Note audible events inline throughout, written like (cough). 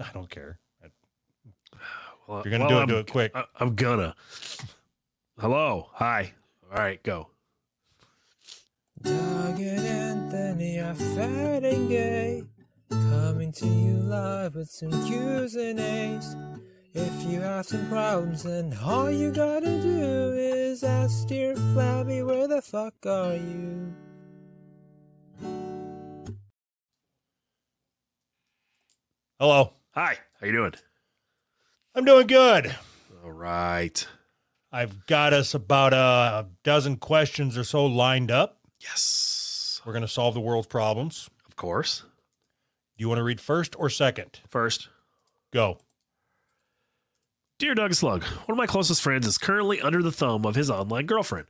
I don't care. If Well, you're gonna well, do it, I'm- do it quick. I, I'm gonna. Hello. Hi. All right, go. Doug and Anthony are fat and gay, coming to you live with some Q's and A's. If you have some problems, then all you gotta do is ask dear Flabby, where the fuck are you? Hello. Hi. How you doing? I'm doing good. All right. I've got us about a dozen questions or so lined up. Yes. We're going to solve the world's problems. Of course. Do you want to read first or second? First, Go. dear Doug Slug, one of my closest friends is currently under the thumb of his online girlfriend.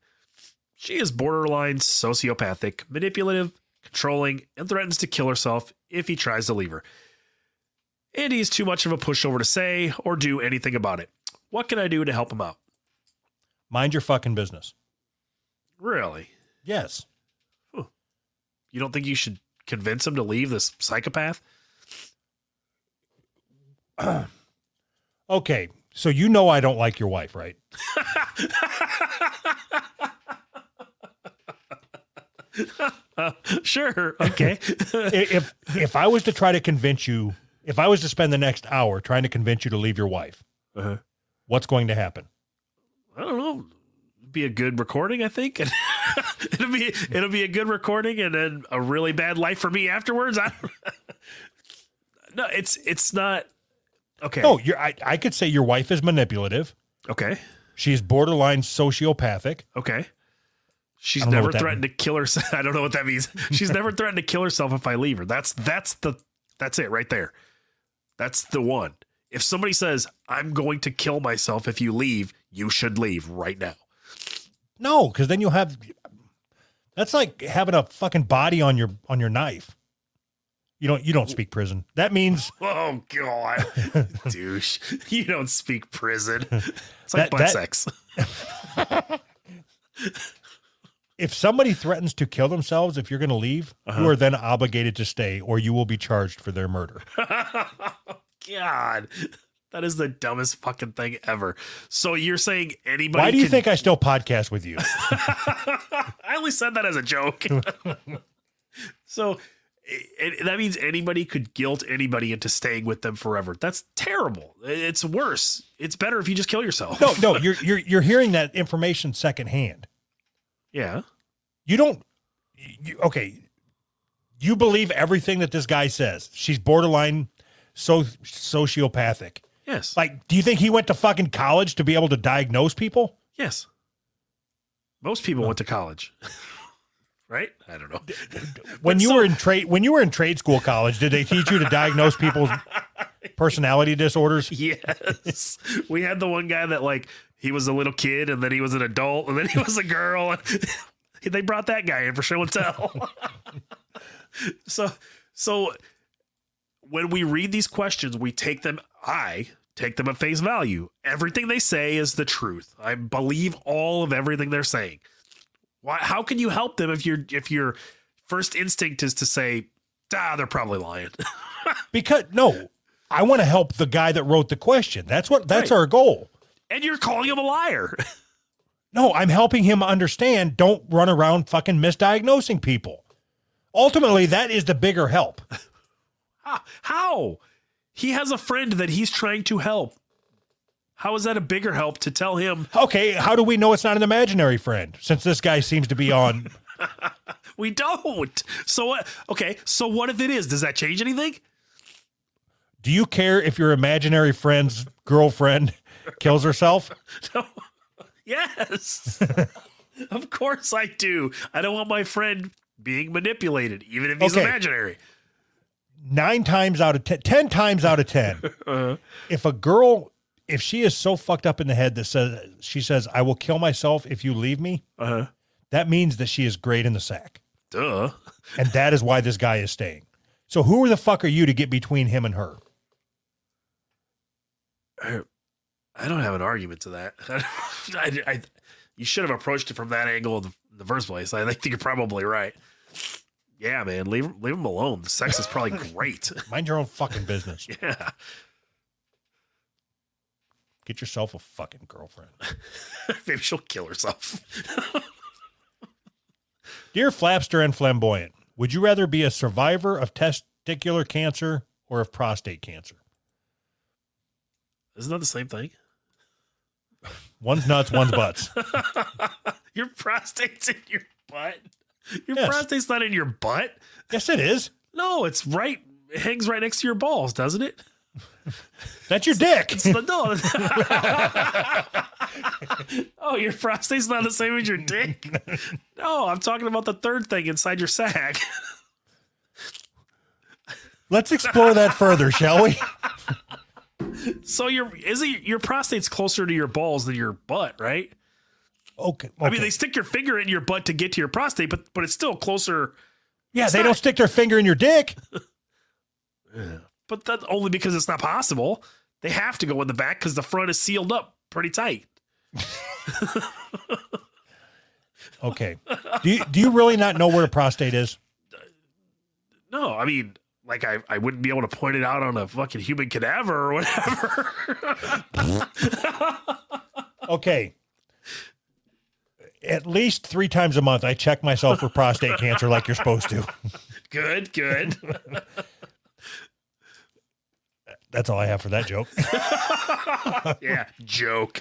She is borderline sociopathic, manipulative, controlling, and threatens to kill herself if he tries to leave her. And he's too much of a pushover to say or do anything about it. What can I do to help him out? Mind your fucking business. Really? Yes. You don't think you should convince him to leave this psychopath? Okay. So you know I don't like your wife, right? sure. Okay. I- if if I was to try to convince you, if I was to spend the next hour trying to convince you to leave your wife, Uh-huh. what's going to happen? I don't know. It'd Be a good recording, I think. (laughs) And it'll be it'll be a good recording, and then a really bad life for me afterwards. I don't, (laughs) no, it's it's not okay. No, you're, I I could say your wife is manipulative. okay, She's borderline sociopathic. okay. She's I don't know never what that threatened to kill herself. (laughs) I don't know what that means. She's never threatened to kill herself if I leave her. That's that's the that's it right there. That's the one. If somebody says I'm going to kill myself if you leave, you should leave right now. No, because then you'll have. That's like having a fucking body on your on your knife. You don't you don't speak prison. That means Oh (laughs) god, douche! You don't speak prison. It's That- like butt that- sex. (laughs) if somebody threatens to kill themselves if you're going to leave, you Uh-huh. are then obligated to stay, or you will be charged for their (laughs) murder. god, that is the dumbest fucking thing ever. So you're saying anybody? Why do you can- think I still podcast with you? (laughs) I only said that as a joke. (laughs) so it, it- that means anybody could guilt anybody into staying with them forever. That's terrible. It's worse. It's better if you just kill yourself. No, no, you're you're you're hearing that information secondhand. (laughs) Yeah. you don't you, okay you believe everything that this guy says she's borderline so sociopathic Yes. like do you think he went to fucking college to be able to diagnose people Yes. Most people went to college. (laughs) right? I don't know. when But you so- were in trade when you were in trade school college did they teach you to diagnose (laughs) people's personality disorders Yes. we had the one guy that like he was a little kid and then he was an adult and then he was a girl (laughs) and they brought that guy in for show and tell. (laughs) so so when we read these questions, we take them I take them at face value. Everything they say is the truth. I believe all of everything they're saying. Why how can you help them if you're if your first instinct is to say, ah, they're probably lying. (laughs) because no i want to help the guy that wrote the question that's what that's Right. our goal and you're calling him a liar. (laughs) No, I'm helping him understand. Don't run around fucking misdiagnosing people. Ultimately, that is the bigger help. How- How? He has a friend that he's trying to help. How is that a bigger help to tell him Okay, how do we know it's not an imaginary friend? Since this guy seems to be on. we don't? So what? Okay, so what if it is? Does that change anything? (laughs) do you care if your imaginary friend's girlfriend (laughs) kills herself? No. Yes. of course I do. I don't want my friend being manipulated, even if he's Okay. imaginary. Nine times out of ten, ten times out of ten, Uh, if a girl, if she is so fucked up in the head that says she says, "I will kill myself if you leave me," uh, that means that she is great in the sack, duh. and that is why this guy is staying. So who the fuck are you to get between him and her? I don't have an argument to that. (laughs) I, I, you should have approached it from that angle in the, in the first place. I think you're probably right. yeah, man, leave leave them alone. The sex is (laughs) probably great. Mind your own fucking business. yeah, (laughs) Get yourself a fucking girlfriend. maybe she'll kill herself. Dear Flapster and Flamboyant, would you rather be a survivor of testicular cancer or of prostate cancer? (laughs) Isn't that the same thing? One's nuts, one's butts. (laughs) your prostate's in your butt. Your Yes. prostate's not in your butt. Yes, it is. No, it's right. It hangs right next to your balls, doesn't it? That's your dick. It's the, no. (laughs) oh, your prostate's not the same as your dick. No, I'm talking about the third thing inside your sack. Let's explore that further, shall we? So your is it your prostate's closer to your balls than your butt, right? Okay. I mean, okay. they stick your finger in your butt to get to your prostate, but but it's still closer. yeah, they not- don't stick their finger in your dick. But that only because it's not possible. They have to go in the back because the front is sealed up pretty tight. Okay. Do you, do you really not know where a prostate is? No, I mean, like I, I wouldn't be able to point it out on a fucking human cadaver or whatever. (laughs) Okay. At least three times a month, I check myself for prostate cancer like you're supposed to. good, good. That's all I have for that joke. yeah, (laughs) joke.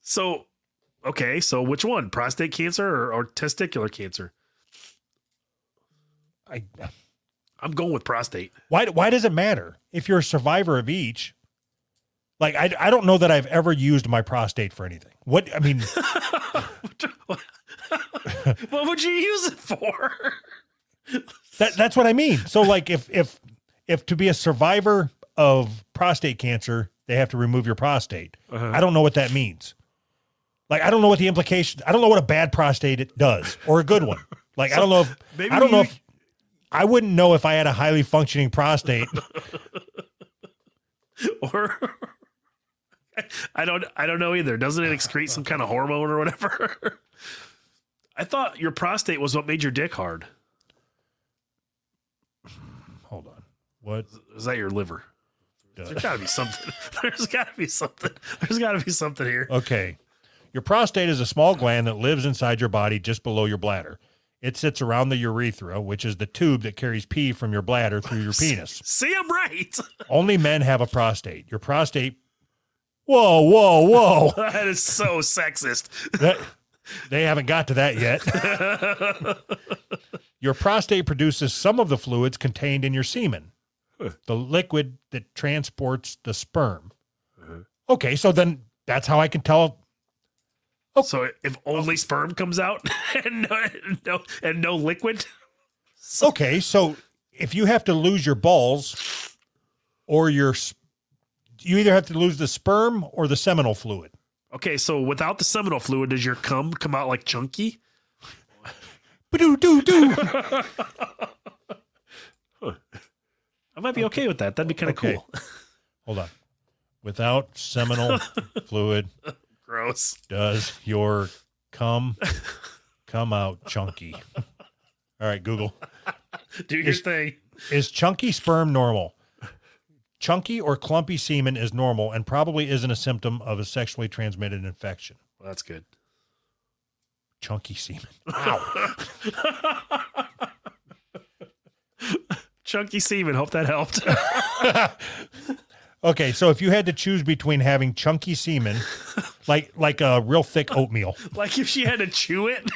So, okay, so which one? Prostate cancer or, or testicular cancer? I, I'm going with prostate. why why does it matter if you're a survivor of each like I, I don't know that i've ever used my prostate for anything what i mean (laughs) what would you use it for? that, that's what i mean so like if if if to be a survivor of prostate cancer they have to remove your prostate Uh-huh. i don't know what that means like i don't know what the implication i don't know what a bad prostate it does or a good one like i don't know if (laughs) maybe i don't know you- if i wouldn't know if i had a highly functioning prostate (laughs) (laughs) Or I don't I don't know either. Doesn't it excrete some kind of hormone or whatever? (laughs) I thought your prostate was what made your dick hard. hold on what Is that your liver? does There's got to be something. (laughs) There's got to be something. There's got to be something here. Okay. Your prostate is a small gland that lives inside your body just below your bladder. It sits around the urethra, which is the tube that carries pee from your bladder through (laughs) your penis. See, I'm right. (laughs) Only men have a prostate. Your prostate. Whoa, whoa, whoa. (laughs) That is so sexist. That- they haven't got to that yet. your prostate produces some of the fluids contained in your semen, the liquid that transports the sperm. Okay, so then that's how I can tell. (laughs) So if only sperm comes out (laughs) and no, and no and no liquid, Okay, so if you have to lose your balls or your s- you either have to lose the sperm or the seminal fluid. okay. So without the seminal fluid, does your cum come out like chunky? Do do do. I might be okay, with that. That'd be kind of Okay. cool. (laughs) Hold on. Without seminal fluid, Gross. does your cum come out chunky? All right, Google. Do your It's- thing. Is chunky sperm normal? Chunky or clumpy semen is normal and probably isn't a symptom of a sexually transmitted infection. Well, that's good. Chunky semen. Chunky semen. Hope that helped. (laughs) Okay, so if you had to choose between having chunky semen, like like a real thick oatmeal, like if she had to chew it.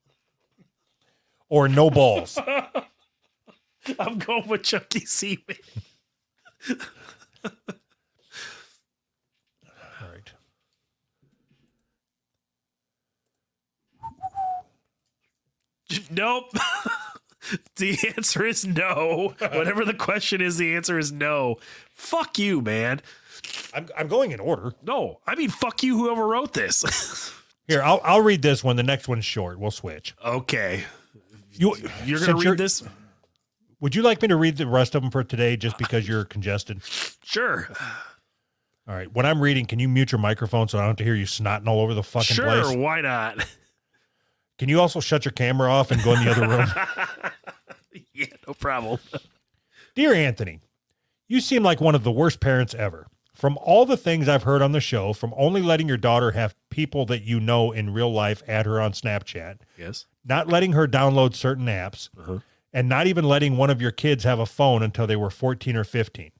(laughs) or no balls, I'm going with Chunky Seaman. all right. Nope. (laughs) the answer is no. Whatever the question is, the answer is no. Fuck you, man. I'm I'm going in order No, I mean fuck you. Whoever wrote this. (laughs) here. I'll I'll read this one. The next one's short. We'll switch. okay, You you're gonna since read you're- this? Would you like me to read the rest of them for today, just because you're congested? Sure, All right. When I'm reading, can you mute your microphone so I don't have to hear you snotting all over the fucking sure. place? Why not? Can you also shut your camera off and go in the other room? (laughs) yeah, no problem. Dear Anthony, you seem like one of the worst parents ever. From all the things I've heard on the show, from only letting your daughter have people that you know in real life add her on Snapchat, Yes. not letting her download certain apps, Uh-huh. and not even letting one of your kids have a phone until they were 14 or 15.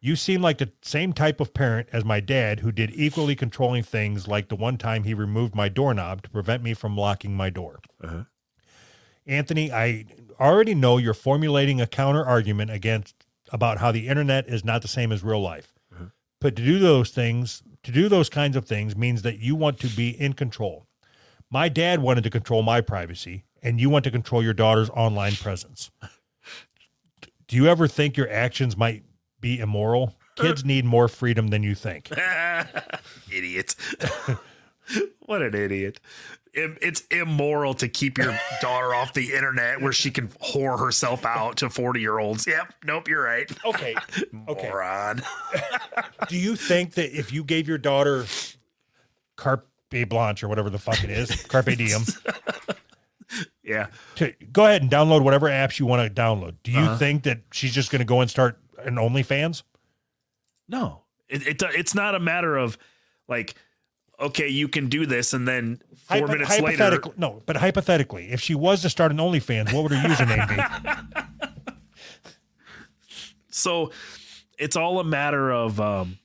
You seem like the same type of parent as my dad, who did equally controlling things like the one time he removed my doorknob to prevent me from locking my door. Uh-huh. Anthony, I already know you're formulating a counter argument against about how the internet is not the same as real life. Mhm. But to do those things, to do those kinds of things means that you want to be in control. My dad wanted to control my privacy, and you want to control your daughter's online presence. Do you ever think your actions might be immoral? Kids need more freedom than you think. (laughs) idiot. (laughs) what an idiot. Im- It's immoral to keep your daughter off the internet where she can whore herself out to 40 year olds. Yep. Nope. You're right. Okay. Okay. Moron. (laughs) Do you think that if you gave your daughter carpe blanche or whatever the fuck it (laughs) is, carpe diem, Yeah. to go ahead and download whatever apps you want to download. Do you Uh-huh. think that she's just going to go and start an OnlyFans? No, it, it it's not a matter of like, okay, you can do this, and then four Hypo- minutes later, hypothetically, no, but hypothetically, if she was to start an OnlyFans, what would her username be? so it's all a matter of um,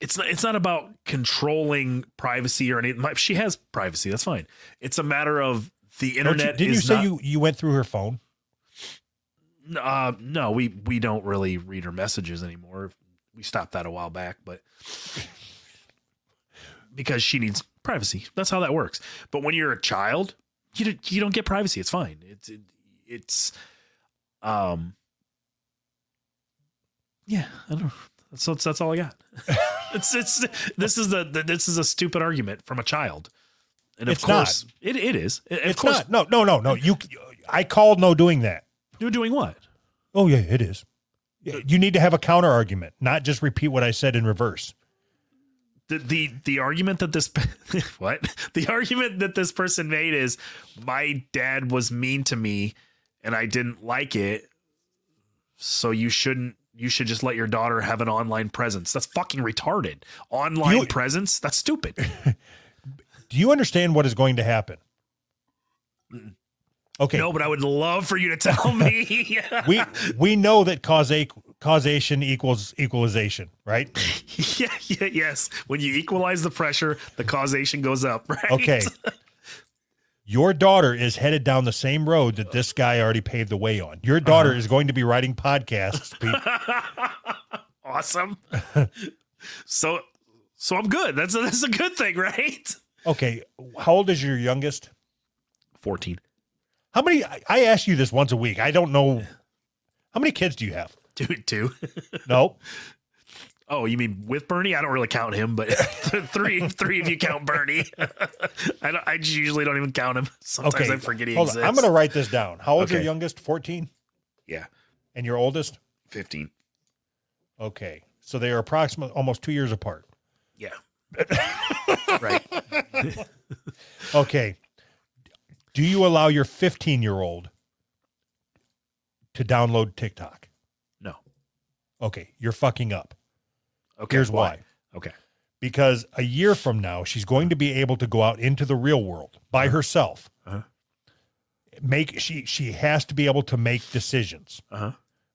it's not it's not about controlling privacy or anything. She has privacy, that's fine. It's a matter of the Don't you- internet. didn't you is say not- you you went through her phone? Uh, no, we we don't really read her messages anymore. We stopped that a while back, but because she needs privacy. That's how that works. But when you're a child, you don't, you don't get privacy. It's fine. It's it, it's um yeah. I don't. That's that's, that's all I got. (laughs) it's it's this is the, the this is a stupid argument from a child, and of It's not. course it it is. Of It's course, not. No, no, no, no. You, I called no doing that. you're doing what? Oh yeah, it is. Yeah, You need to have a counter argument, not just repeat what I said in reverse. the the the argument that this (laughs) what the argument that this person made is my dad was mean to me and I didn't like it so you shouldn't you should just let your daughter have an online presence that's fucking retarded online You- presence that's stupid Do you understand what is going to happen? Okay. no but I would love for you to tell me (laughs) we we know that causa- causation equals equalization, right? yeah, yeah yes when you equalize the pressure the causation goes up (laughs) right Okay. Your daughter is headed down the same road that this guy already paved the way on. Your daughter Uh-huh. is going to be writing podcasts. Pete. (laughs) awesome so so I'm good that's a, that's a good thing right Okay, how old is your youngest? 14. How many? I- I ask you this once a week. I don't know. How many kids do you (laughs) have? Dude, two. No. Oh, you mean with Bernie? I don't really count him, but (laughs) three, three if you count Bernie. (laughs) I don't, I just usually don't even count him. Sometimes Okay, I forget he Hold on. exists. I'm going to write this down. How old's your Okay. youngest? 14? Yeah. And your oldest? 15. Okay. So they are approximately almost two years apart. (laughs) Yeah. right. Okay. Do you allow your 15 year old to download TikTok? No. Okay. You're fucking up. Okay. Here's why. Okay. Because a year from now, she's going to be able to go out into the real world by herself. Uh-huh. Make she she has to be able to make decisions. Uh huh.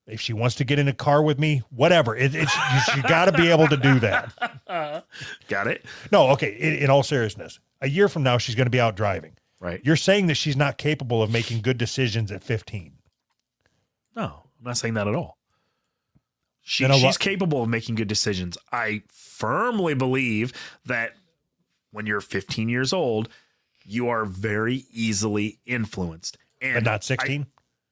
If she wants to get in a car with me, whatever. It, it's you, she got to be able to do that. Got it. No, okay. In, in all seriousness, a year from now, she's going to be out driving. Right. You're saying that she's not capable of making good decisions at 15. No, I'm not saying that at all. She, Then a she's lo- capable of making good decisions. I firmly believe that when you're 15 years old, you are very easily influenced. And but not I- 16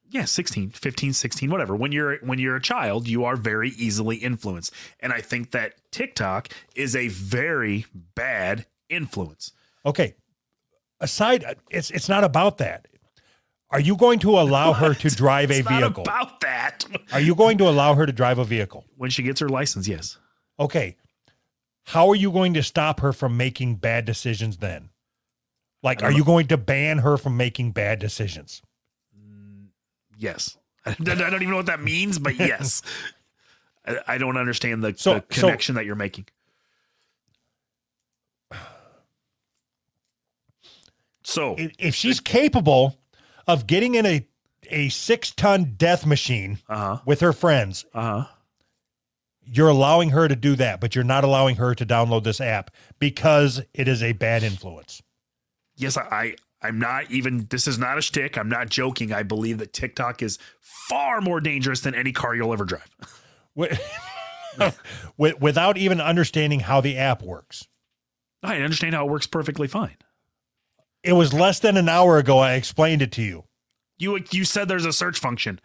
yeah 16 15 16 whatever when you're when you're a child you are very easily influenced and i think that tiktok is a very bad influence okay aside it's it's not about that are you going to allow her to drive a it's not vehicle about that are you going to allow her to drive a vehicle when she gets her license yes okay how are you going to stop her from making bad decisions then Like, I are don't you going to ban her from making bad decisions? Yes. (laughs) I don't I don't even know what that means, but yes. (laughs) I, I don't understand the, So- the so- connection that you're making. So, If if she's capable of getting in a a six ton death machine uh huh, with her friends, uh huh. you're allowing her to do that, but you're not allowing her to download this app because it is a bad influence. Yes, I, I I'm not even this is not a shtick. I'm not joking. I believe that TikTok is far more dangerous than any car you'll ever drive. (laughs) Wi- (laughs) wi- Without even understanding how the app works. I understand how it works perfectly fine. It was less than an hour ago I explained it to you. You you said there's a search function.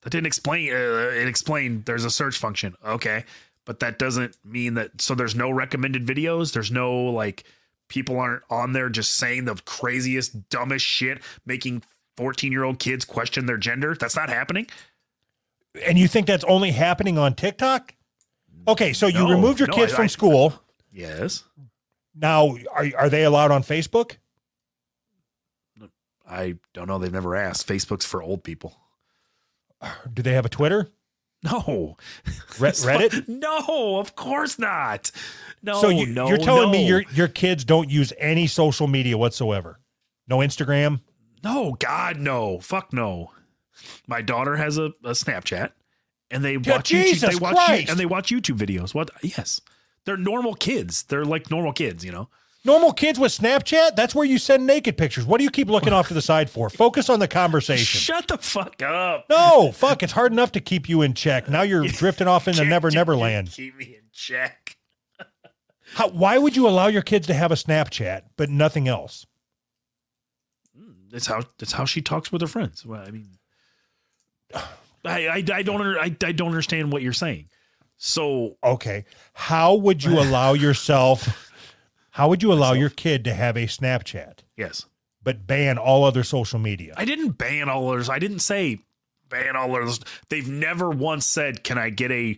That didn't explain. Uh, it explained there's a search function. Okay, but that doesn't mean that. So there's no recommended videos. There's no like people aren't on there just saying the craziest, dumbest shit, making 14 year old kids question their gender. That's not happening. And you think that's only happening on TikTok? Okay, so you No, removed your no, kids I- from I- school. Yes, Now, are, are they allowed on Facebook? I don't know. They've never asked. Facebook's for old people. Do they have a Twitter? No, (laughs) Re- It's fu- Reddit? No, of course not. No, so you, no, you're telling no. me your your kids don't use any social media whatsoever? No Instagram? No, God, no. Fuck no. My daughter has a, a Snapchat and they Yeah, watch YouTube, Jesus they watch Christ. and they watch YouTube videos. What yes. They're normal kids. They're like normal kids, you know. Normal kids with Snapchat? That's where you send naked pictures. What do you keep looking off to the side for? Focus on the conversation. Shut the fuck up. No, fuck, it's hard enough to keep you in check. Now you're drifting off into Can't Never you Never just Land. Keep me in check. How, why would you allow your kids to have a Snapchat but nothing else? That's how that's how she talks with her friends. Well, I mean (sighs) I I, I don't under, I, I don't understand what you're saying. So Okay. How would you allow yourself How would you allow your kid to have a Snapchat yes. but ban all other social media? I didn't ban all others. I didn't say ban all others. They've never once said, "Can I get a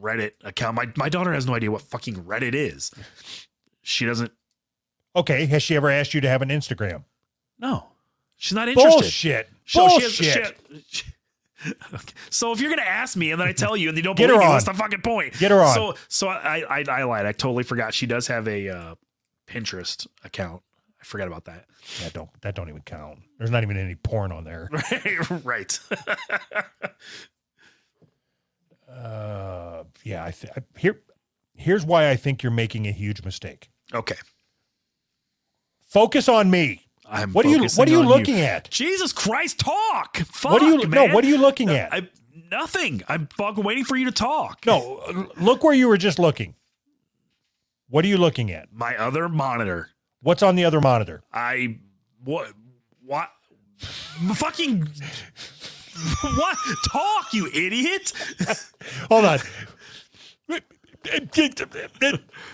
Reddit account?" My my daughter has no idea what fucking Reddit is. She doesn't. Okay, has she ever asked you to have an Instagram? No, she's not interested. Bullshit. So she has- Bullshit. she- (laughs) Okay. So if you're gonna ask me and then I tell you and you don't Get believe her me, on. what's the fucking point? Get her on. So so I, I I lied. I totally forgot. She does have a uh, Pinterest account. I forgot about that. (laughs) That don't that don't even count. There's not even any porn on there. Right. (laughs) right. Uh, yeah, I, th- I here here's why I think you're making a huge mistake. Okay. Focus on me. I'm What are you focusing What are you on looking at? Jesus Christ, talk. Fuck, what are you man. No, what are you looking at? I, nothing. I'm fucking waiting for you to talk. no, l- look where you were just looking. What are you looking at? My other monitor. What's on the other monitor? I what what fucking what talk you idiot (laughs) Hold on.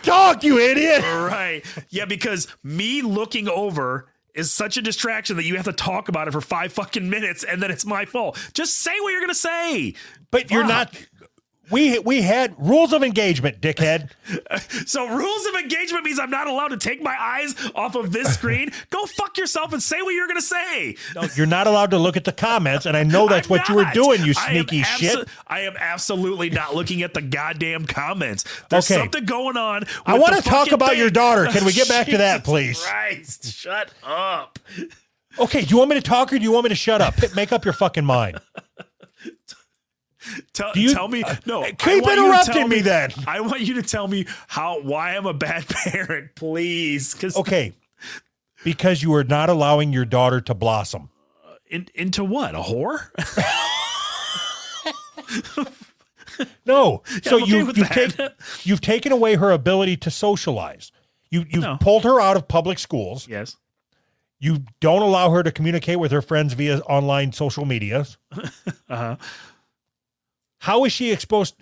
Talk, you idiot. All right yeah because me looking over is such a distraction that you have to talk about it for five fucking minutes and then it's my fault just say what you're gonna say But you're Fuck. not. We we had rules of engagement, dickhead. So rules of engagement means I'm not allowed to take my eyes off of this (laughs) screen. Go fuck yourself and say what you're gonna say. Oh, You're not allowed to look at the comments, and I know that's I'm what you were not. doing, you I am sneaky abso- shit. I am absolutely not looking at the goddamn comments. There's Okay. something going on. I with wanna the talk fucking about your thing. daughter. Can we (laughs) get back to that, Jesus please? Christ, shut up. Okay, do you want me to talk or do you want me to shut up? Pick- Make up your fucking mind. Tell, Do you- tell me no. I Keep want you to tell interrupting me then. I want you to tell me how why I'm a bad (laughs) parent, please. Because Okay. Because you are not allowing your daughter to blossom. in, into what a whore. (laughs) No. so I'm okay you with you've, that. take, you've taken away her ability to socialize. You you've No. pulled her out of public schools. yes. You don't allow her to communicate with her friends via online social media. (laughs) Uh huh. How is she exposed?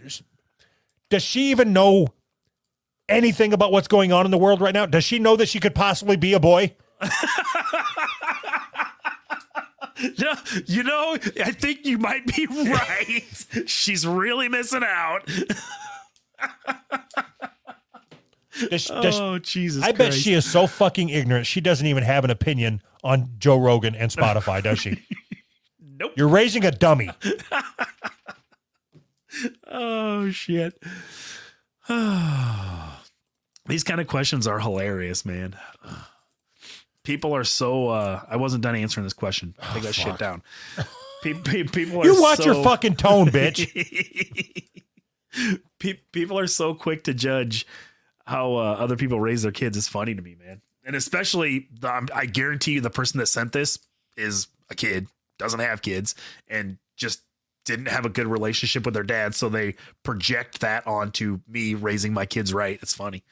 Does she even know anything about what's going on in the world right now? Does she know that she could possibly be a boy? No, you know, I think you might be (laughs) right. She's really missing out. Does she- (laughs) does she- Oh Jesus! I bet Christ. she is so fucking ignorant. She doesn't even have an opinion on Joe Rogan and Spotify, does (laughs) she? Nope. You're raising a dummy. Oh shit. (sighs) These kind of questions are hilarious, man. People are so uh I wasn't done answering this question. Take that (laughs) shit down. Pe- pe- people are Ah, You watch your so- fucking (laughs) tone, bitch. Pe- people are so quick to judge how uh, other people raise their kids. It's funny to me, man. And especially, the, I'm- I guarantee you, the person that sent this is a kid, doesn't have kids, and just didn't have a good relationship with their dad. So they project that onto me raising my kids right. It's funny.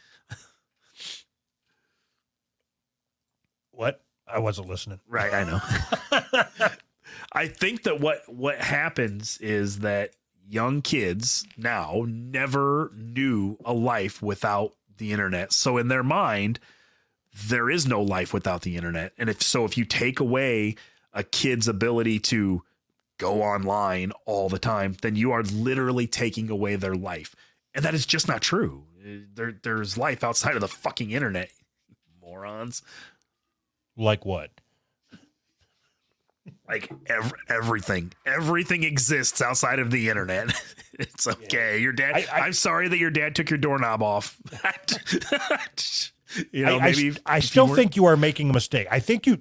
what? I wasn't listening. Right, I know. (laughs) I think that what what happens is that young kids now never knew a life without the internet. So in their mind, there is no life without the internet. And if so if you take away a kid's ability to go online all the time, then you are literally taking away their life. And that is just not true. Uh, There there's life outside of the fucking internet. Morons. Like what? like ev- everything everything exists outside of the internet (laughs) it's okay your dad I- I- I, am sorry that your dad took your doorknob off (laughs) you know I, I maybe st- I if you still weren't- think you are making a mistake. I think you,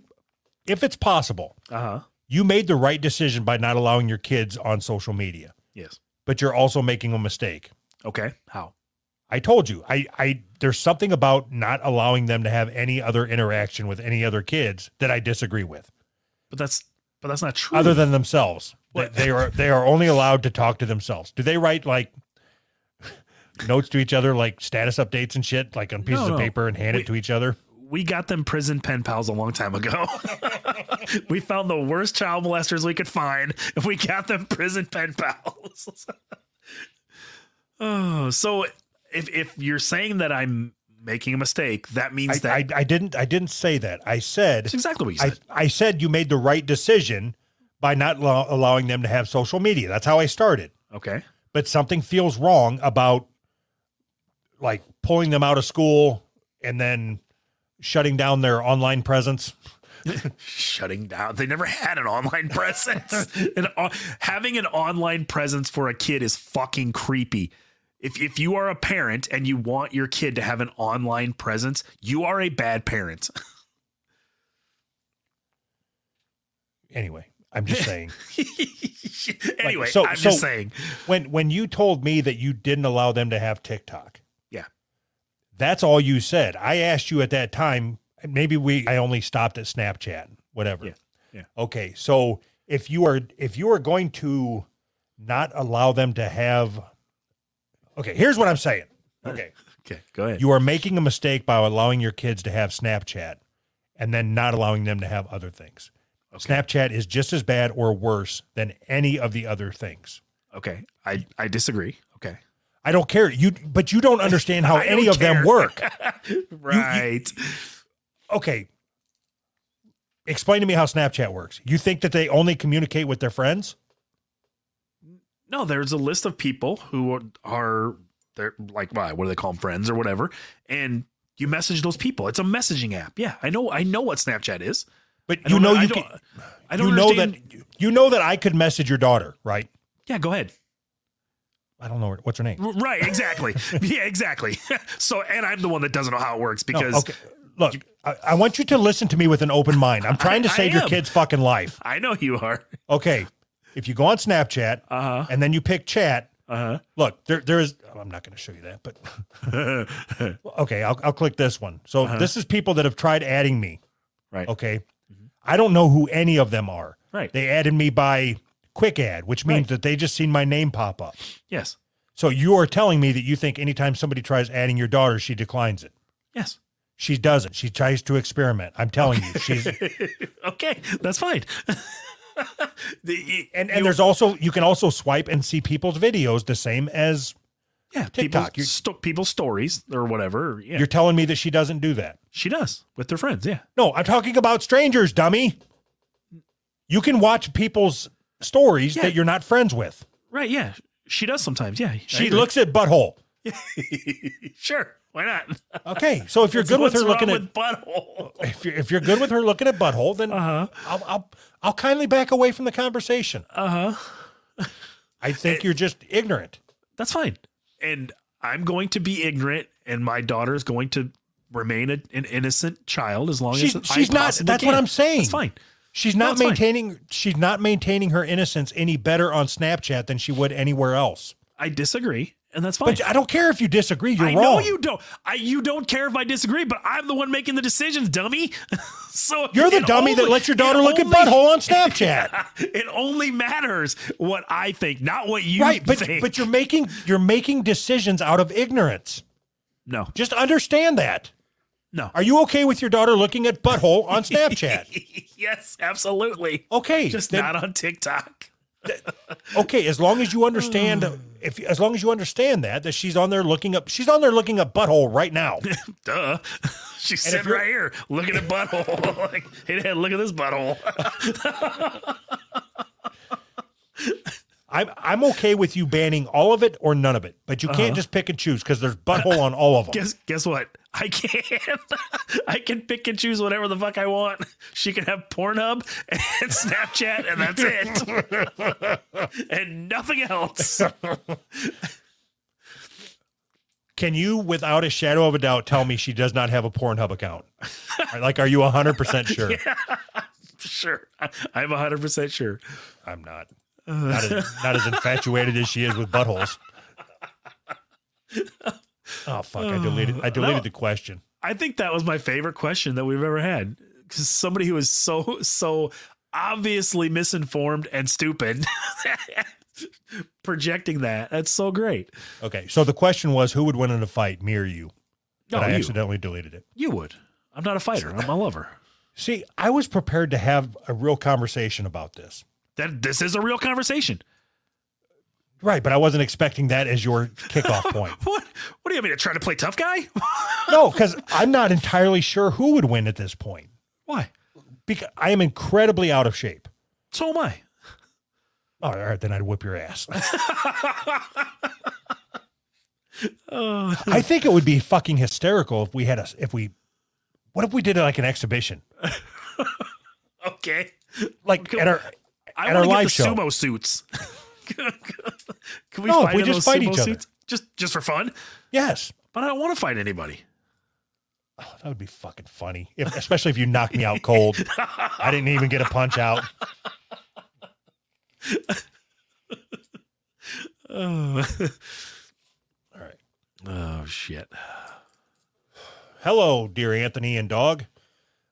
if it's possible, uh-huh you made the right decision by not allowing your kids on social media, yes but you're also making a mistake. okay how I told you, I, I, there's something about not allowing them to have any other interaction with any other kids that I disagree with, but that's but that's not true other than themselves. They, Hmm. What? they are, they are only allowed to talk to themselves. Do they write like (laughs) notes to each other, like status updates and shit, like on pieces No, of no. paper and hand We- it to each other? we got them prison pen pals a long time ago (laughs) we found the worst child molesters we could find and we got them prison pen pals (laughs) oh so if if you're saying that i'm making a mistake that means I, that I, I didn't, I didn't say that. I said That's exactly what you I, said. I said you made the right decision by not lo- allowing them to have social media. That's how I started. okay. But something feels wrong about like pulling them out of school and then shutting down their online presence. Shutting down. They never had an (laughs) online presence. and o- having an online presence for a kid is fucking creepy. If if you are a parent and you want your kid to have an online presence, you are a bad parent. (laughs) Anyway, I'm just saying. anyway, so- I'm so- just saying. when when you told me that you didn't allow them to have TikTok. Yeah. That's all you said. I asked you at that time, maybe we I only stopped at Snapchat, whatever. Yeah, yeah. Okay. So if you are if you are going to not allow them to have Okay, here's what I'm saying. Okay. Okay, go ahead. You are making a mistake by allowing your kids to have Snapchat and then not allowing them to have other things. Okay. Snapchat is just as bad or worse than any of the other things. okay. I I disagree. Okay. I don't care. You but you don't understand how (laughs) I any don't of care. them (laughs) work. Right. Okay. Explain to me how Snapchat works. You think that they only communicate with their friends? No, there's a list of people who are they're like why what do they call them friends or whatever, and you message those people. It's a messaging app. Yeah, I know. I know what Snapchat is. But I you don't know I you don't, can, I don't you know that understand- you know that I could message your daughter, right? Yeah, go ahead. I don't know her- what's her name. R- Right, (laughs) exactly. (laughs) yeah, exactly. (laughs) so, and I'm the one that doesn't know how it works No, because okay. Look, I, I want you to listen to me with an open mind. (laughs) I'm trying to I save your am. kid's fucking life. I know you are. Okay. If you go on Snapchat Uh and then you pick chat, huh. look, there there is I'm not going to show you that, but (laughs) Uh huh. okay, I'll, I'll click this one. So Uh-huh. this is people that have tried adding me. Right. Mm-hmm. Okay. I don't know who any of them are. (laughs) right. They added me by quick ad, which means Right. that they just seen my name pop up. yes. So you are telling me that you think anytime somebody tries adding your daughter, she declines it. Yes. (laughs) She doesn't. She tries to experiment. I'm telling you, she's okay, that's fine. (laughs) The- and, and there's also you can also swipe and see people's videos the same as yeah, TikTok, People, you- sto- people's stories or whatever. Yeah. you're telling me that she doesn't do that. She does with their friends. Yeah. No, I'm talking about strangers, dummy. You can watch people's stories Yeah. that you're not friends with. Right. Yeah. She does sometimes. Yeah. I She agree. looks at butthole. (laughs) sure, why not? Okay, so if (laughs) you're good with her What's looking wrong at with butthole. (laughs) if you're, if you're good with her looking at butthole, then Uh huh. I'll, I'll I'll kindly back away from the conversation. Uh huh. I think you're just ignorant. That's fine. And I'm going to be ignorant, and my daughter is going to remain a, an innocent child as long She's as I she's not. possibly That's what can. I'm saying. It's fine. She's No, not it's fine. maintaining. She's not maintaining her innocence any better on Snapchat than she would anywhere else. I disagree, and that's fine. But I don't care if you disagree. You're I wrong. know you don't. I you don't care if I disagree, but I'm the one making the decisions, dummy. (laughs) so You're the it dummy that only- lets your daughter it look only- at butthole on Snapchat. (laughs) It only matters what I think, not what you (laughs) right, but think. but you're making you're making decisions out of ignorance. no, Just understand that. no. Are you okay with your daughter looking at butthole on (laughs) Snapchat? (laughs) yes, absolutely. Okay, Just then- not on TikTok. (laughs) okay. As long as you understand, Mm. if as long as you understand that that she's on there looking up, she's on there looking up butthole right (laughs) now. Duh. She's And if sitting you're- right here. Look at the butthole. (laughs) like, hey, Dad, look at this butthole. (laughs) I'm I'm okay with you banning all of it or none of it, but you Uh-huh. can't just pick and choose because there's butthole on all of them. guess guess what? I can. (laughs) I can pick and choose whatever the fuck I want. She can have Pornhub and (laughs) Snapchat, and that's it. (laughs) and nothing else. (laughs) Can you, without a shadow of a doubt, tell me she does not have a Pornhub (laughs) account? like, are you 100% sure? Sure. I, I'm 100% sure. I'm not. Not as, not as infatuated as she is with buttholes. Oh fuck! I deleted. I deleted No. the question. I think that was my favorite question that we've ever had. Because somebody who is so, so obviously misinformed and stupid (laughs) projecting that. That's so great. Okay, so the question was, who would win in a fight, me or you? No, But I Oh, you, accidentally deleted it. you would. I'm not a fighter. I'm a lover. See, I was prepared to have a real conversation about this. That this is a real conversation. Right, but I wasn't expecting that as your kickoff point. What? What do you mean? To try to play tough guy? (laughs) No, because I'm not entirely sure who would win at this point. Why? Because I am incredibly out of shape. So am I. All right, all right, then I'd whip your ass. Uh, I think it would be fucking hysterical if we had a if we what if we did like an exhibition (laughs) okay. like at our I At want our to get live the show. sumo suits. (laughs) Can we No, if fight we in just those fight sumo each other. suits? Just just for fun. yes. But I don't want to fight anybody. Oh, that would be fucking funny, if, especially if you knocked me out cold. I didn't even get a punch out. Oh, (laughs) All right. oh shit. Hello, dear Anthony and dog.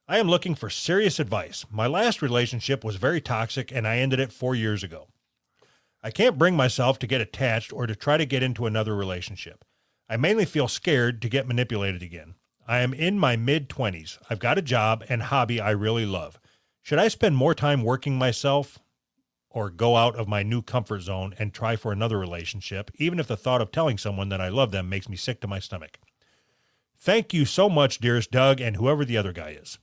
I am looking for serious advice. My last relationship was very toxic and I ended it four years ago. I can't bring myself to get attached or to try to get into another relationship. I mainly feel scared to get manipulated again. I am in my mid 20s. I've got a job and hobby I really love. Should I spend more time working myself or go out of my new comfort zone and try for another relationship, even if the thought of telling someone that I love them makes me sick to my stomach? Thank you so much, dearest Doug, and whoever the other guy is.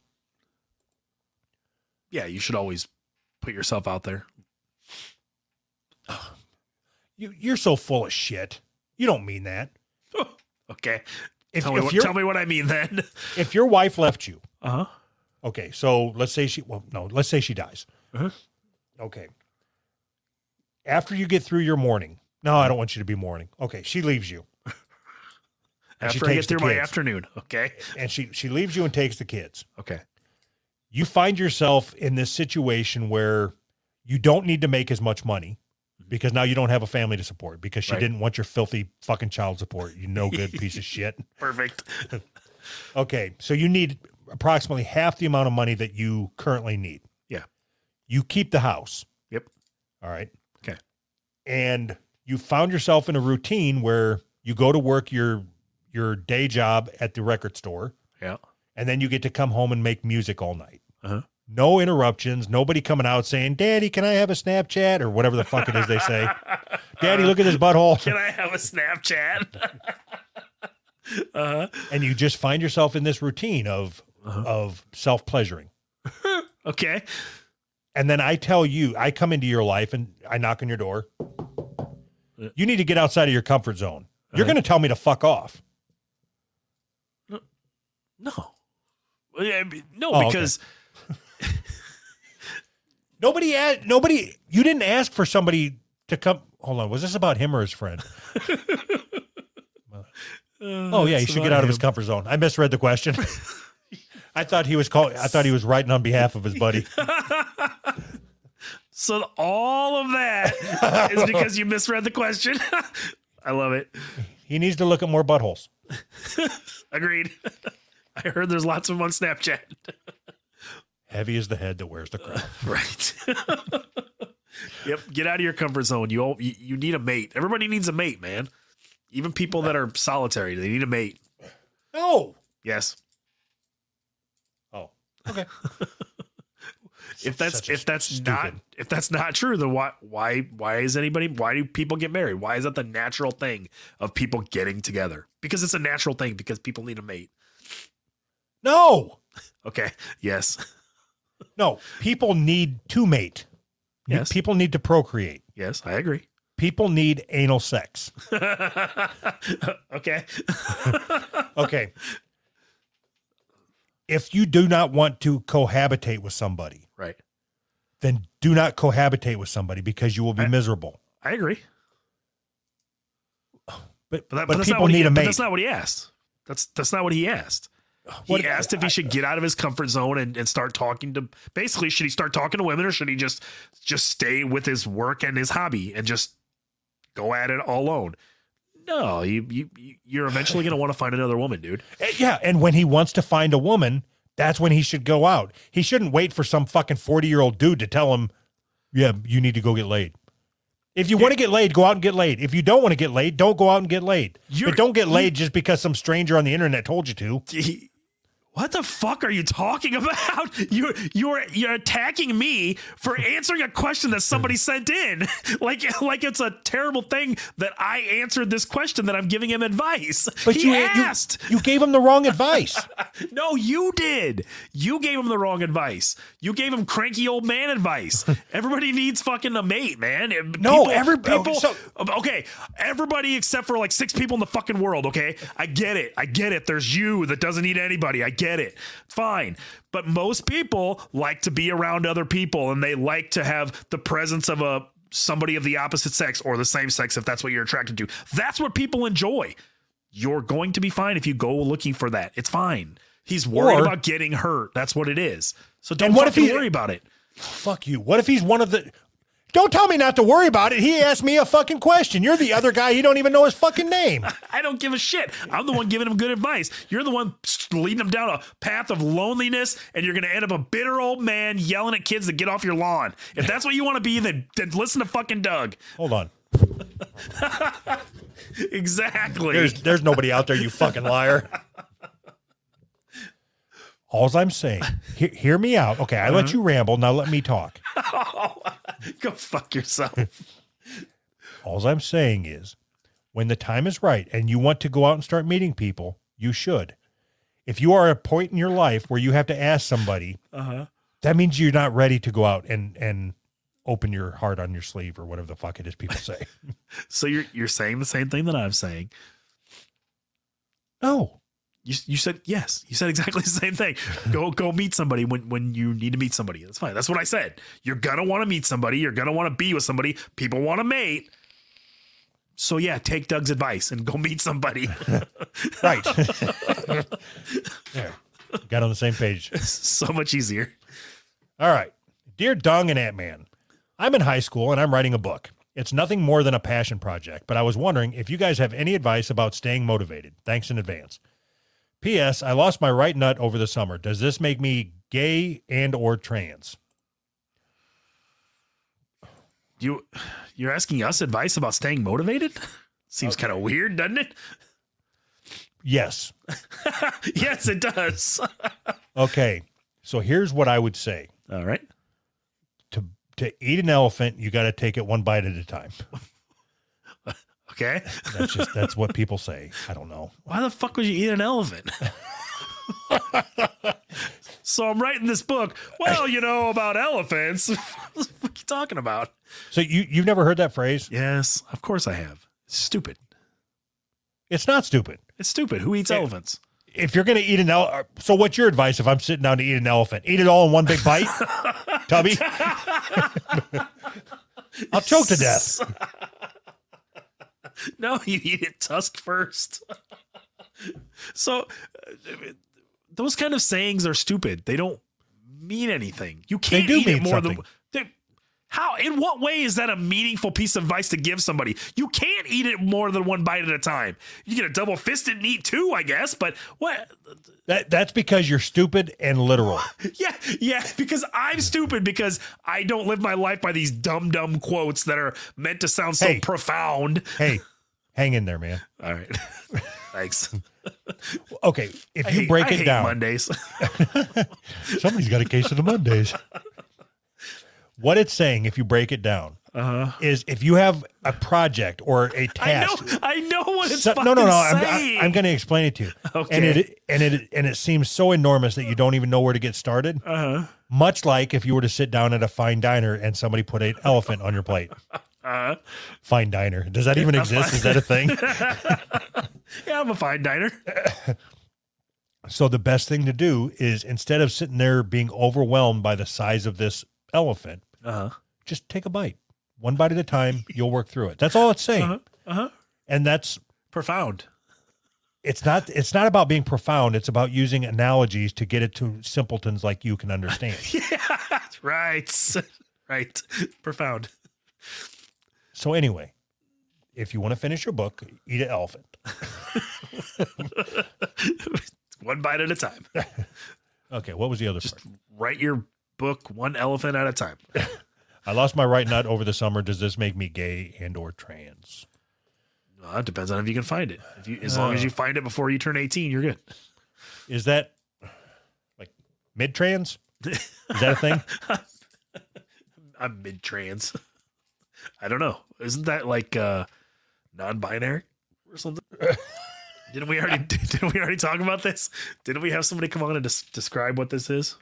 Yeah, you should always put yourself out there. You, you're so full of shit. You don't mean that. okay. If, Tell me, if what, your- tell me what I mean then. if your wife left you, Uh huh. okay, so let's say she, well, no, let's say she dies. Uh-huh. Okay. After you get through your mourning, no, I don't want you to be mourning. Okay, she leaves you And she After I get takes the through my kids. afternoon. Okay. and she, she leaves you and takes the kids. Okay. You find yourself in this situation where you don't need to make as much money because now you don't have a family to support because she Mm-hmm. Right. didn't want your filthy fucking child support, you no good piece of shit. Perfect. Okay, so you need approximately half the amount of money that you currently need. Yeah. You keep the house. Yep. All right. Okay. And you found yourself in a routine where you go to work your your day job at the record store Yeah. and then you get to come home and make music all night. Uh-huh. No interruptions, nobody coming out saying, "Daddy, can I have a Snapchat?" or whatever the fuck it is they say. "Daddy, look at this butthole." (laughs) Can I have (laughs) a Snapchat? uh and you just find yourself in this routine of Uh-huh. of self-pleasuring. Okay. and then I tell you, I come into your life and I knock on your door. You need to get outside of your comfort zone. You're going to tell me to fuck off. No. Well, yeah, I mean, No, Oh, okay. because Nobody asked. Nobody. You didn't ask for somebody to come. Hold on. Was this about him or his friend? (laughs) uh, Oh yeah, he should get out of his comfort zone. I misread the question. (laughs) I thought he was calling. I thought he was writing on behalf of his (laughs) buddy. So th- all (laughs) of that is because you misread the question. (laughs) I love it. He needs to look at more buttholes. Agreed. (laughs) I heard there's lots of them on Snapchat. Heavy is the head that wears the crown. (laughs) Right. yep. Get out of your comfort zone. You all, you you need a mate. Everybody needs a mate, man. Even people that are solitary, they need a mate. (laughs) No. Yes. Oh. (laughs) Okay. If that's Such a if that's stupid- (laughs) not if that's not true, then why why why is anybody why do people get married? Why is that the natural thing of people getting together? Because it's a natural thing because people need a mate. No. Okay. (laughs) Yes. No. People need to mate. You- Yes. People need to procreate. Yes, I agree. (laughs) People need anal sex. okay. (laughs) Okay. if you do not want to cohabitate with somebody, Right. then do not cohabitate with somebody because you will be I- miserable. I agree. But, But, but, that, but, that's not people what need he, a but mate. that's not what he asked. That's that's not what he asked. What- he asked if he should get out of his comfort zone and, and start talking to basically should he start talking to women or should he just just stay with his work and his hobby and just go at it all alone? No, you you you- you're eventually gonna want to find another woman, dude. Eh, Yeah, and when he wants to find a woman, that's when he should go out. He shouldn't wait for some fucking 40-year-old dude to tell him, "Yeah, you need to go get laid." If you want to get laid, go out and get laid. If you don't want to get laid, don't go out and get laid. You're- but don't get laid just because some stranger on the internet told you to. He- what the fuck are you talking (laughs) about? You're you're you're attacking me for answering a question that somebody sent in. (laughs) Like like it's a terrible thing that I answered this question that I'm giving him advice. But But he you asked. You, you gave him the wrong (laughs) advice. no, you did. You gave him the wrong advice. You gave him cranky old (laughs) man advice. everybody needs fucking a mate, man. It- No, people, every- people. so- okay, everybody except for like six people in the fucking world. Okay, I get it. I get it. There's you that doesn't need anybody. I get it. Fine, but most people like to be around other people and they like to have the presence of a somebody of the opposite sex or the same sex if that's what you're attracted to. That's what people enjoy you're going to be fine if you go looking for that. It's fine. He's worried Or- about getting hurt. That's what it is. So don't what if fucking he- worry about it. Fuck you. What if he's one of the Don't tell me not to worry about it. He asked me a fucking question. You're the other guy. You don't even know his fucking name. I don't give a shit. I'm the one giving him good advice. You're the one leading him down a path of loneliness, and you're going to end up a bitter old man yelling at kids to get off your lawn. If that's what you want to be, then, then listen to fucking Doug. (laughs) Hold on. Exactly. There's there's nobody out there, you fucking liar. Alls I'm saying, he- hear me out. Okay, I let you ramble. Now let me talk. (laughs) Go fuck yourself. (laughs) Alls I'm saying is, when the time is right and you want to go out and start meeting people, you should. If you are at a point in your life where you have to ask somebody, Uh-huh. that means you're not ready to go out and and open your heart on your sleeve or whatever the fuck it is people say. (laughs) So you're you're saying the same thing that I'm saying. no, You, you said yes. You said exactly the same thing. Go go meet somebody when when you need to meet somebody. That's fine. That's what I said. You're gonna want to meet somebody. You're gonna want to be with somebody. People want to mate. So yeah, take Doug's advice and go (laughs) meet somebody. right? (laughs) there, got on the same page. so much easier. All right. Dear Dong and Ant Man, I'm in high school and I'm writing a book. It's nothing more than a passion project, but I was wondering if you guys have any advice about staying motivated. Thanks in advance. P.S. I lost my right nut over the summer. Does this make me gay and or trans? You you're asking us advice about staying motivated. Seems kind of weird, doesn't it? (laughs) Yes. yes, it does. Okay. So here's what I would say. (laughs) All right. To to eat an elephant, you got to take it one bite at a time. Okay. That's just that's what people say. I don't know. why the fuck would you eat an elephant? so I'm writing this book. Well, you know about elephants. (laughs) what the fuck you talking about? So you you've never heard that phrase? Yes, of course I have. It's stupid. It's not stupid. It's stupid. Who eats elephants? If you're going to eat an elephant, so what's your advice if I'm sitting down to eat an elephant? Eat it all in one big bite, (laughs) Tubby. I'll choke to death. (laughs) no, you eat it tusk first. (laughs) so uh, those kind of sayings are stupid. They don't mean anything. You can't do eat it mean more than something. they- how in what way is that a meaningful piece of advice to give somebody? You can't eat it more than one bite at a time. You get a double fisted and eat two, I guess, but what That that's because you're stupid and literal. (laughs) yeah, yeah, because I'm stupid because I don't live my life by these dumb dumb quotes that are meant to sound so Hey. profound. Hey, hang in there, man. All right. (laughs) Thanks. Okay, if I you hate- break I it hate down, Mondays. somebody's got a case of the (laughs) Mondays. What it's saying, if you break it down, Uh-huh. is if you have a project or a (laughs) I know task. I know what it's so- fucking no, no, no. I'm, saying. I, I'm going to explain it to you. And Okay. it and it and it seems so enormous that you don't even know where to get started. uh-huh. Much like if you were to sit down at a fine diner and somebody put an elephant on your plate. Uh, Fine diner. Does that even exist? Is that a thing? Uh-huh. (laughs) yeah, I'm a fine diner. So the best thing to do is instead of sitting there being overwhelmed by the size of this elephant, Uh-huh. just take a bite. One bite at a time, you'll work through it. That's all it's saying. Uh-huh. Uh-huh. And that's Profound. it's not it's not about being profound, it's about using analogies to get it to simpletons like you can understand. (laughs) (laughs) Yeah. Right. (laughs) Right. Profound. so anyway, if you want to finish your book, eat an elephant. One bite at (laughs) a time. Okay, what was the other part? Write your book one elephant at a time. I lost my right nut over the summer. Does this make me gay and or trans? Well, that Uh, depends on if you can find it. If you, as long as you find it before you turn 18, you're good. Is that like mid trans? Is that a (laughs) thing? I'm mid trans. (laughs) I don't know. Isn't that like uh non-binary (laughs) or something? didn't we already (laughs) didn't we already talk about this? Didn't we have somebody come on and des- describe what this is?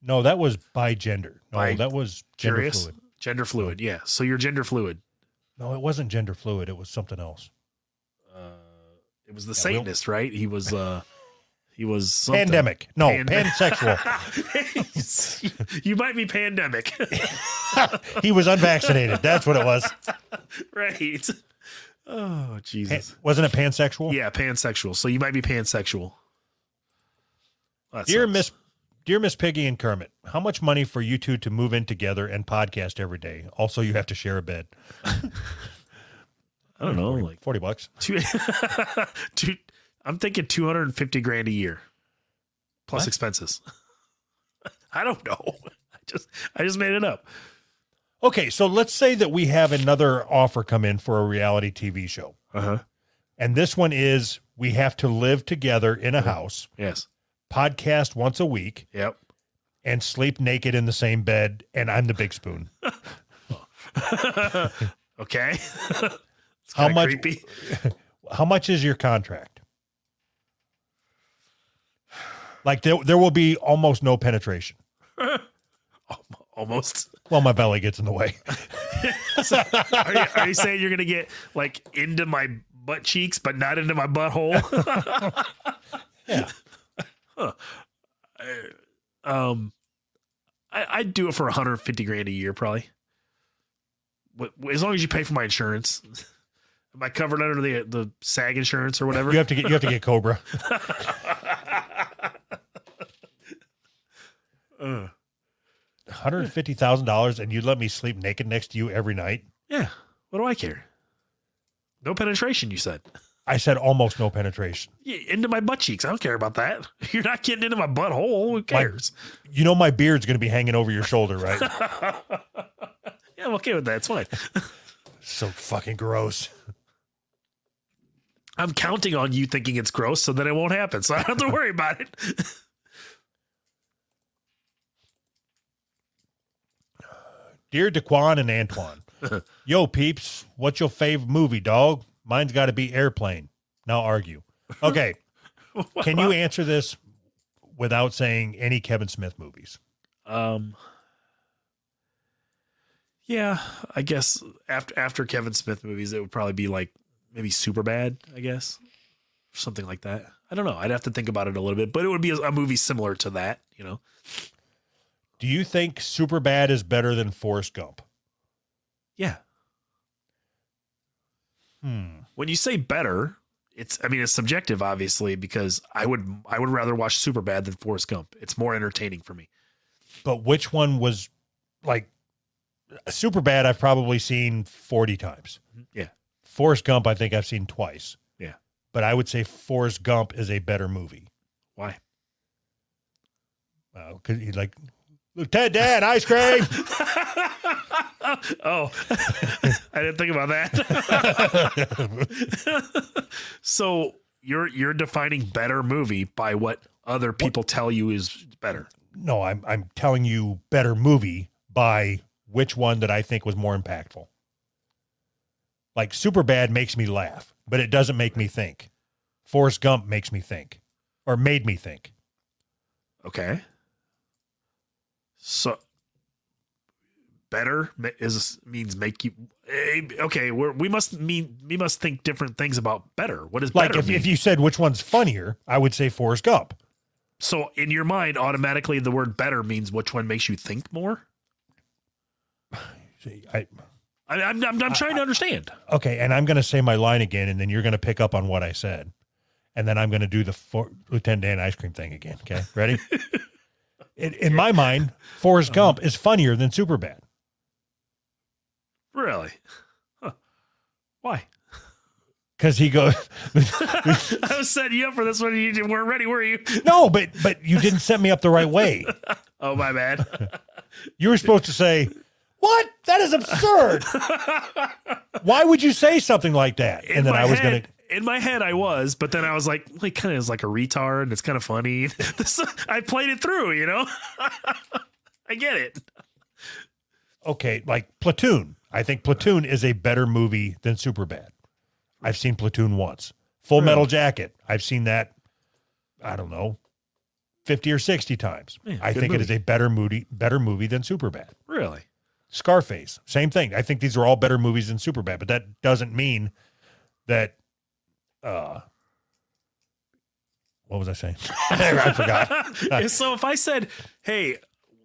No, that was by gender. No, Bi- that was gender Curious. fluid. Gender fluid. Yeah. So you're gender fluid. No, it wasn't gender fluid. It was something else. Uh it was the we'll- Satanist, right? He was uh he was something. Pandemic. No, Pan- pansexual. (laughs) you might be pandemic. (laughs) (laughs) he was unvaccinated. That's what it was. (laughs) right. Oh, Pan- Jesus. wasn't it pansexual? Yeah, pansexual. So you might be pansexual. That Dear sucks. Miss Dear Miss Piggy and Kermit, how much money for you two to move in together and podcast every day? Also, you have to share a bed. I don't know, like Forty bucks. two, (laughs) two I'm thinking 250 grand a year plus What? expenses. (laughs) I don't know. (laughs) I just I just made it up. Okay, so let's say that we have another offer come in for a reality TV show. Uh-huh. And this one is we have to live together in a house, Yes. podcast once a week, Yep. and sleep naked in the same bed, and I'm the big spoon. okay. (laughs) It's How kinda much- creepy. How much is your contract? Like there, there will be almost no penetration. Al- Almost. Well, my belly gets in the way. (laughs) Are you, are you saying you're gonna get like into my butt cheeks, but not into my butthole? (laughs) Yeah. um, I, I'd do it for 150 grand a year, probably. Wh- wh- As long as you pay for my insurance, am I covered under the the SAG insurance or whatever? You have to get you have to get (laughs) Cobra. Uh, $150,000 and you let me sleep naked next to you every night. yeah. What do I care? No penetration, you said. I said almost no penetration. Yeah, into my butt cheeks. I don't care about that. (laughs) You're not getting into my butthole. Who cares? You know my beard's going to be hanging over your shoulder, right? yeah, I'm okay with that. It's fine. so fucking gross. I'm counting on you thinking it's gross, so then it won't happen. So I don't have to worry about it. (laughs) Dear Daquan and Antoine, yo peeps, what's your fave movie, dog? Mine's got to be Airplane. Now argue. Okay, can you answer this without saying any Kevin Smith movies? Um. Yeah, I guess after after Kevin Smith movies, it would probably be like maybe super bad, I guess. Something like that. I don't know. I'd have to think about it a little bit, but it would be a, a movie similar to that, you know. Do you think Superbad is better than Forrest Gump? Yeah. Hmm. When you say better, it's I mean it's subjective obviously because I would I would rather watch Superbad than Forrest Gump. It's more entertaining for me. But which one was like Superbad? I've probably seen forty times. Mm-hmm. Yeah. Forrest Gump, I think I've seen twice. Yeah. But I would say Forrest Gump is a better movie. Why? Because he's like, Lieutenant Dan, ice cream. (laughs) (laughs) oh, I didn't think about that. (laughs) so you're you're defining better movie by what other people tell you is better. no, I'm I'm telling you better movie by which one that I think was more impactful. Like Superbad makes me laugh, but it doesn't make me think. Forrest Gump makes me think, or made me think. Okay. So better ma- is means make you eh, okay. We're, we must mean we must think different things about better. What is Like better? if, mean? if you said which one's funnier, I would say Forrest Gump. so in your mind automatically the word better means which one makes you think more. See, I, I, I'm, I'm I'm trying to understand. okay, and I'm going to say my line again, and then you're going to pick up on what I said, and then I'm going to do the for- Lieutenant Dan ice cream thing again. Okay, (laughs) ready? in, in my mind, Forrest Gump is funnier than Superbad. Really? Huh. (laughs) Why? because he goes (laughs) I was setting you up for this one. and You didn't- weren't ready, were you? no but but you didn't set me up the right way Oh, my bad. you were supposed to say what that is (laughs) absurd why would you say something like that (laughs) In and then my i was head, In my head, I was, but then I was like, like, kind of is like a retard, and it's kind of funny. (laughs) This- I played it through, you know. (laughs) I get it. gonna okay like platoon i think platoon is a better movie than superbad i've seen platoon once full Really? metal jacket i've seen that i don't know 50 or 60 times Yeah, i good think it movie. is a better movie better movie than superbad (laughs) Really? Scarface, same thing. I think these are all better movies than Superbad, but that doesn't mean that. Uh, what was I saying? (laughs) I (laughs) forgot. And so if I said, "Hey,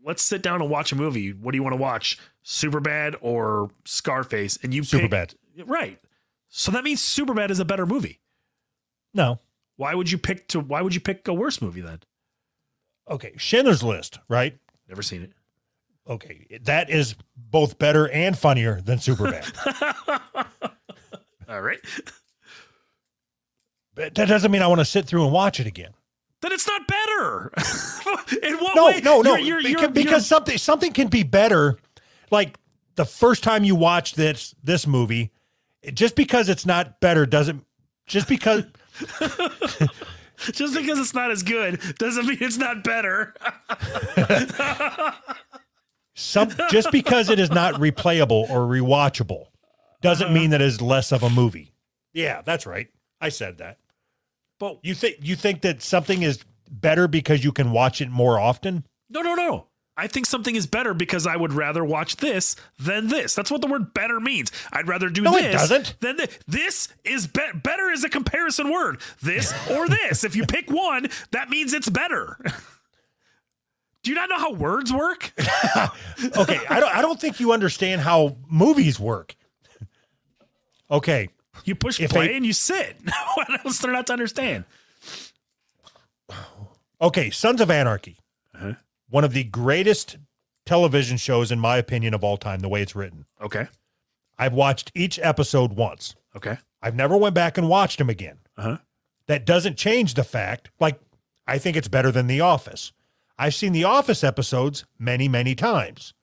let's sit down and watch a movie. What do you want to watch? Superbad or Scarface?" and you pick- Superbad. right? So that means Superbad is a better movie. No. Why would you pick to? Why would you pick a worse movie then? Okay, Schindler's List, right? Never seen it. Okay, that is both better and funnier than (laughs) Superbad. All right, (laughs) but that doesn't mean I want to sit through and watch it again. then it's not better. (laughs) In what No, way? no, no. You're, beca- you're, because something something can be better. Like the first time you watch this this movie, it- just because it's not better doesn't just because you're- just because it's not as good doesn't mean it's not better. (laughs) Some just because it is not replayable or rewatchable Uh-huh. doesn't mean that it is less of a movie. Yeah, that's right. I said that. But You think you think that something is better because you can watch it more often? no, no, no. I think something is better because I would rather watch this than this. That's what the word better means. I'd rather do No, it this doesn't. than thi- this. Is be- better is a comparison word. This or this. if you pick one, that means it's better. (laughs) do you not know how words work? Okay, I don't I don't think you understand how movies work. Okay, You push If play I- and you sit. (laughs) what else they're not to understand? Okay, Sons of Anarchy. Uh-huh. One of the greatest television shows, in my opinion, of all time, the way it's written. Okay. I've watched each episode once. Okay. I've never went back and watched them again. Uh-huh. That doesn't change the fact, like, I think it's better than The Office. I've seen The Office episodes many, many times.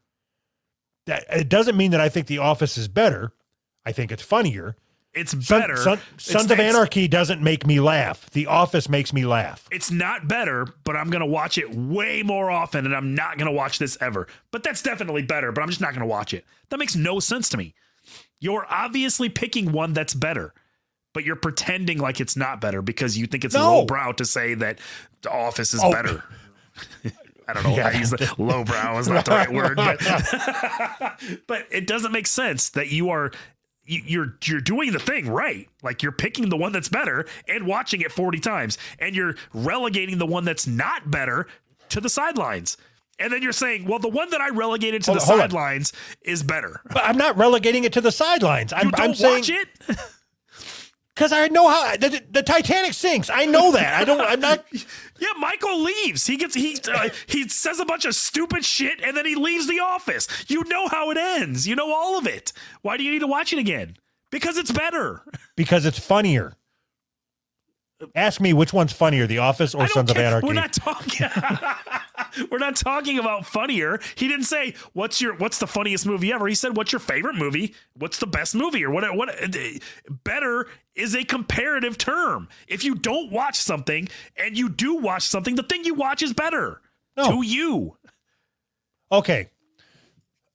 That it doesn't mean that I think The Office is better. I think it's funnier. It's Son- better. Son- It's- Sons of it's- Anarchy doesn't make me laugh. The Office makes me laugh. It's not better, but I'm gonna watch it way more often, and I'm not gonna watch this ever. But that's definitely better. But I'm just not gonna watch it. That makes no sense to me. You're obviously picking one that's better, but you're pretending like it's not better because you think it's No. lowbrow to say that The Office is Oh. better. I don't know. Yeah. I use the (laughs) lowbrow is not the right word, but but it doesn't make sense that you are you- you're you're doing the thing right. Like you're picking the one that's better and watching it 40 times and you're relegating the one that's not better to the sidelines. And then you're saying, "Well, the one that I relegated to Hold the on, hold on. sidelines is better." But I'm not relegating it to the sidelines. I'm, You don't I'm saying watch it? because I know how the, the- the Titanic sinks. I know that. I don't. I'm (laughs) not. Yeah, Michael leaves. He gets he uh, he says a bunch of stupid shit and then he leaves the office. You know how it ends. You know all of it. Why do you need to watch it again? Because it's better. because it's funnier. Ask me which one's funnier, The Office or I don't Sons of care. Anarchy? We're not talking. (laughs) We're not talking about funnier. He didn't say what's your what's the funniest movie ever. He said what's your favorite movie? What's the best movie or what? What better is a comparative term. If you don't watch something and you do watch something, the thing you watch is better No. to you. okay.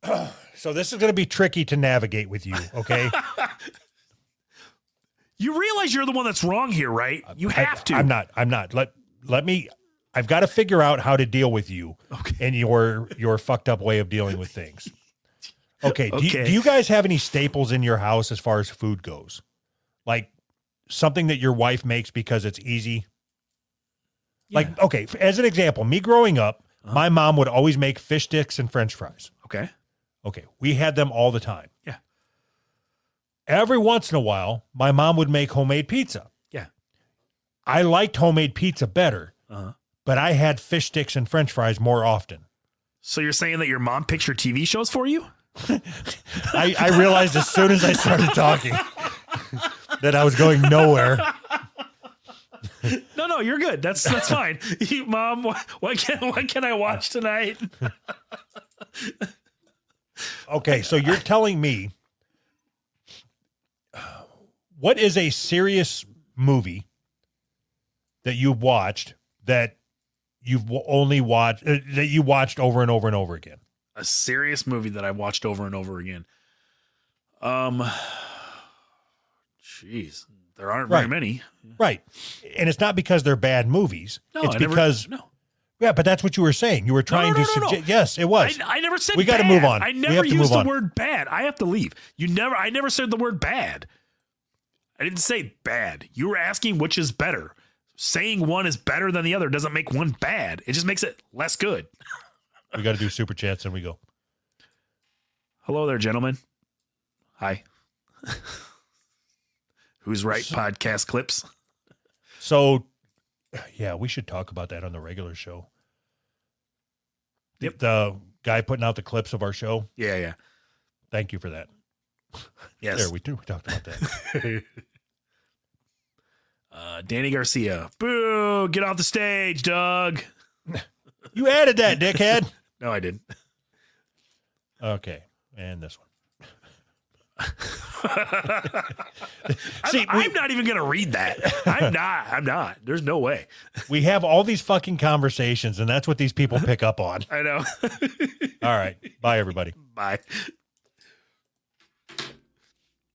(clears throat) So this is going to be tricky to navigate with you, (laughs) okay? You realize you're the one that's wrong here, right? You have I, to. I'm not. I'm not. Let let me. I've got to figure out how to deal with you Okay. and your your fucked up way of dealing with (laughs) things. Okay. Do, you, Okay. do you guys have any staples in your house as far as food goes? Like something that your wife makes because it's easy. Like okay, f- as an example, me growing up, Uh-huh. my mom would always make fish sticks and French fries. okay. Okay, we had them all the time. Yeah. Every once in a while, my mom would make homemade pizza. Yeah. I liked homemade pizza better, Uh-huh. but I had fish sticks and french fries more often. So you're saying that your mom picks your TV shows for you? I, I realized as soon as I started talking that I was going nowhere. No, no, you're good. (laughs) That's that's fine. You, Mom, what, what can what can I watch tonight? Okay, so you're telling me what is a serious movie that you've watched that you've w- only watched uh, that you watched over and over and over again? A serious movie that I've watched over and over again. Um, jeez, there aren't very Right. many. Right. And it's not because they're bad movies. Mm-hmm. No, it's I never- because no, yeah, but that's what you were saying. You were trying no, to no, no, no. suggest Yes, it was. I, I never said We gotta bad. move on. I We never have to used move the on. word bad. I have to leave. You never. I never said the word bad. I didn't say bad. You were asking which is better. Saying one is better than the other doesn't make one bad. It just makes it less good. we got to do super chats and we go. Hello there, gentlemen. Hi. (laughs) Who's right? Podcast clips. So, yeah, we should talk about that on the regular show. Yep. The guy putting out the clips of our show. Yeah, yeah. Thank you for that. Yes. There, we do. We talked about that. (laughs) (laughs) uh, Danny Garcia. Boo! Get off the stage, Doug. you added that, dickhead. No, I didn't. Okay, and this one. See, (laughs) See, I'm, we- I'm not even gonna read that. I'm not. I'm not. There's no way. We have all these fucking conversations, and that's what these people pick up on. I know. All right, bye everybody. (laughs) Bye.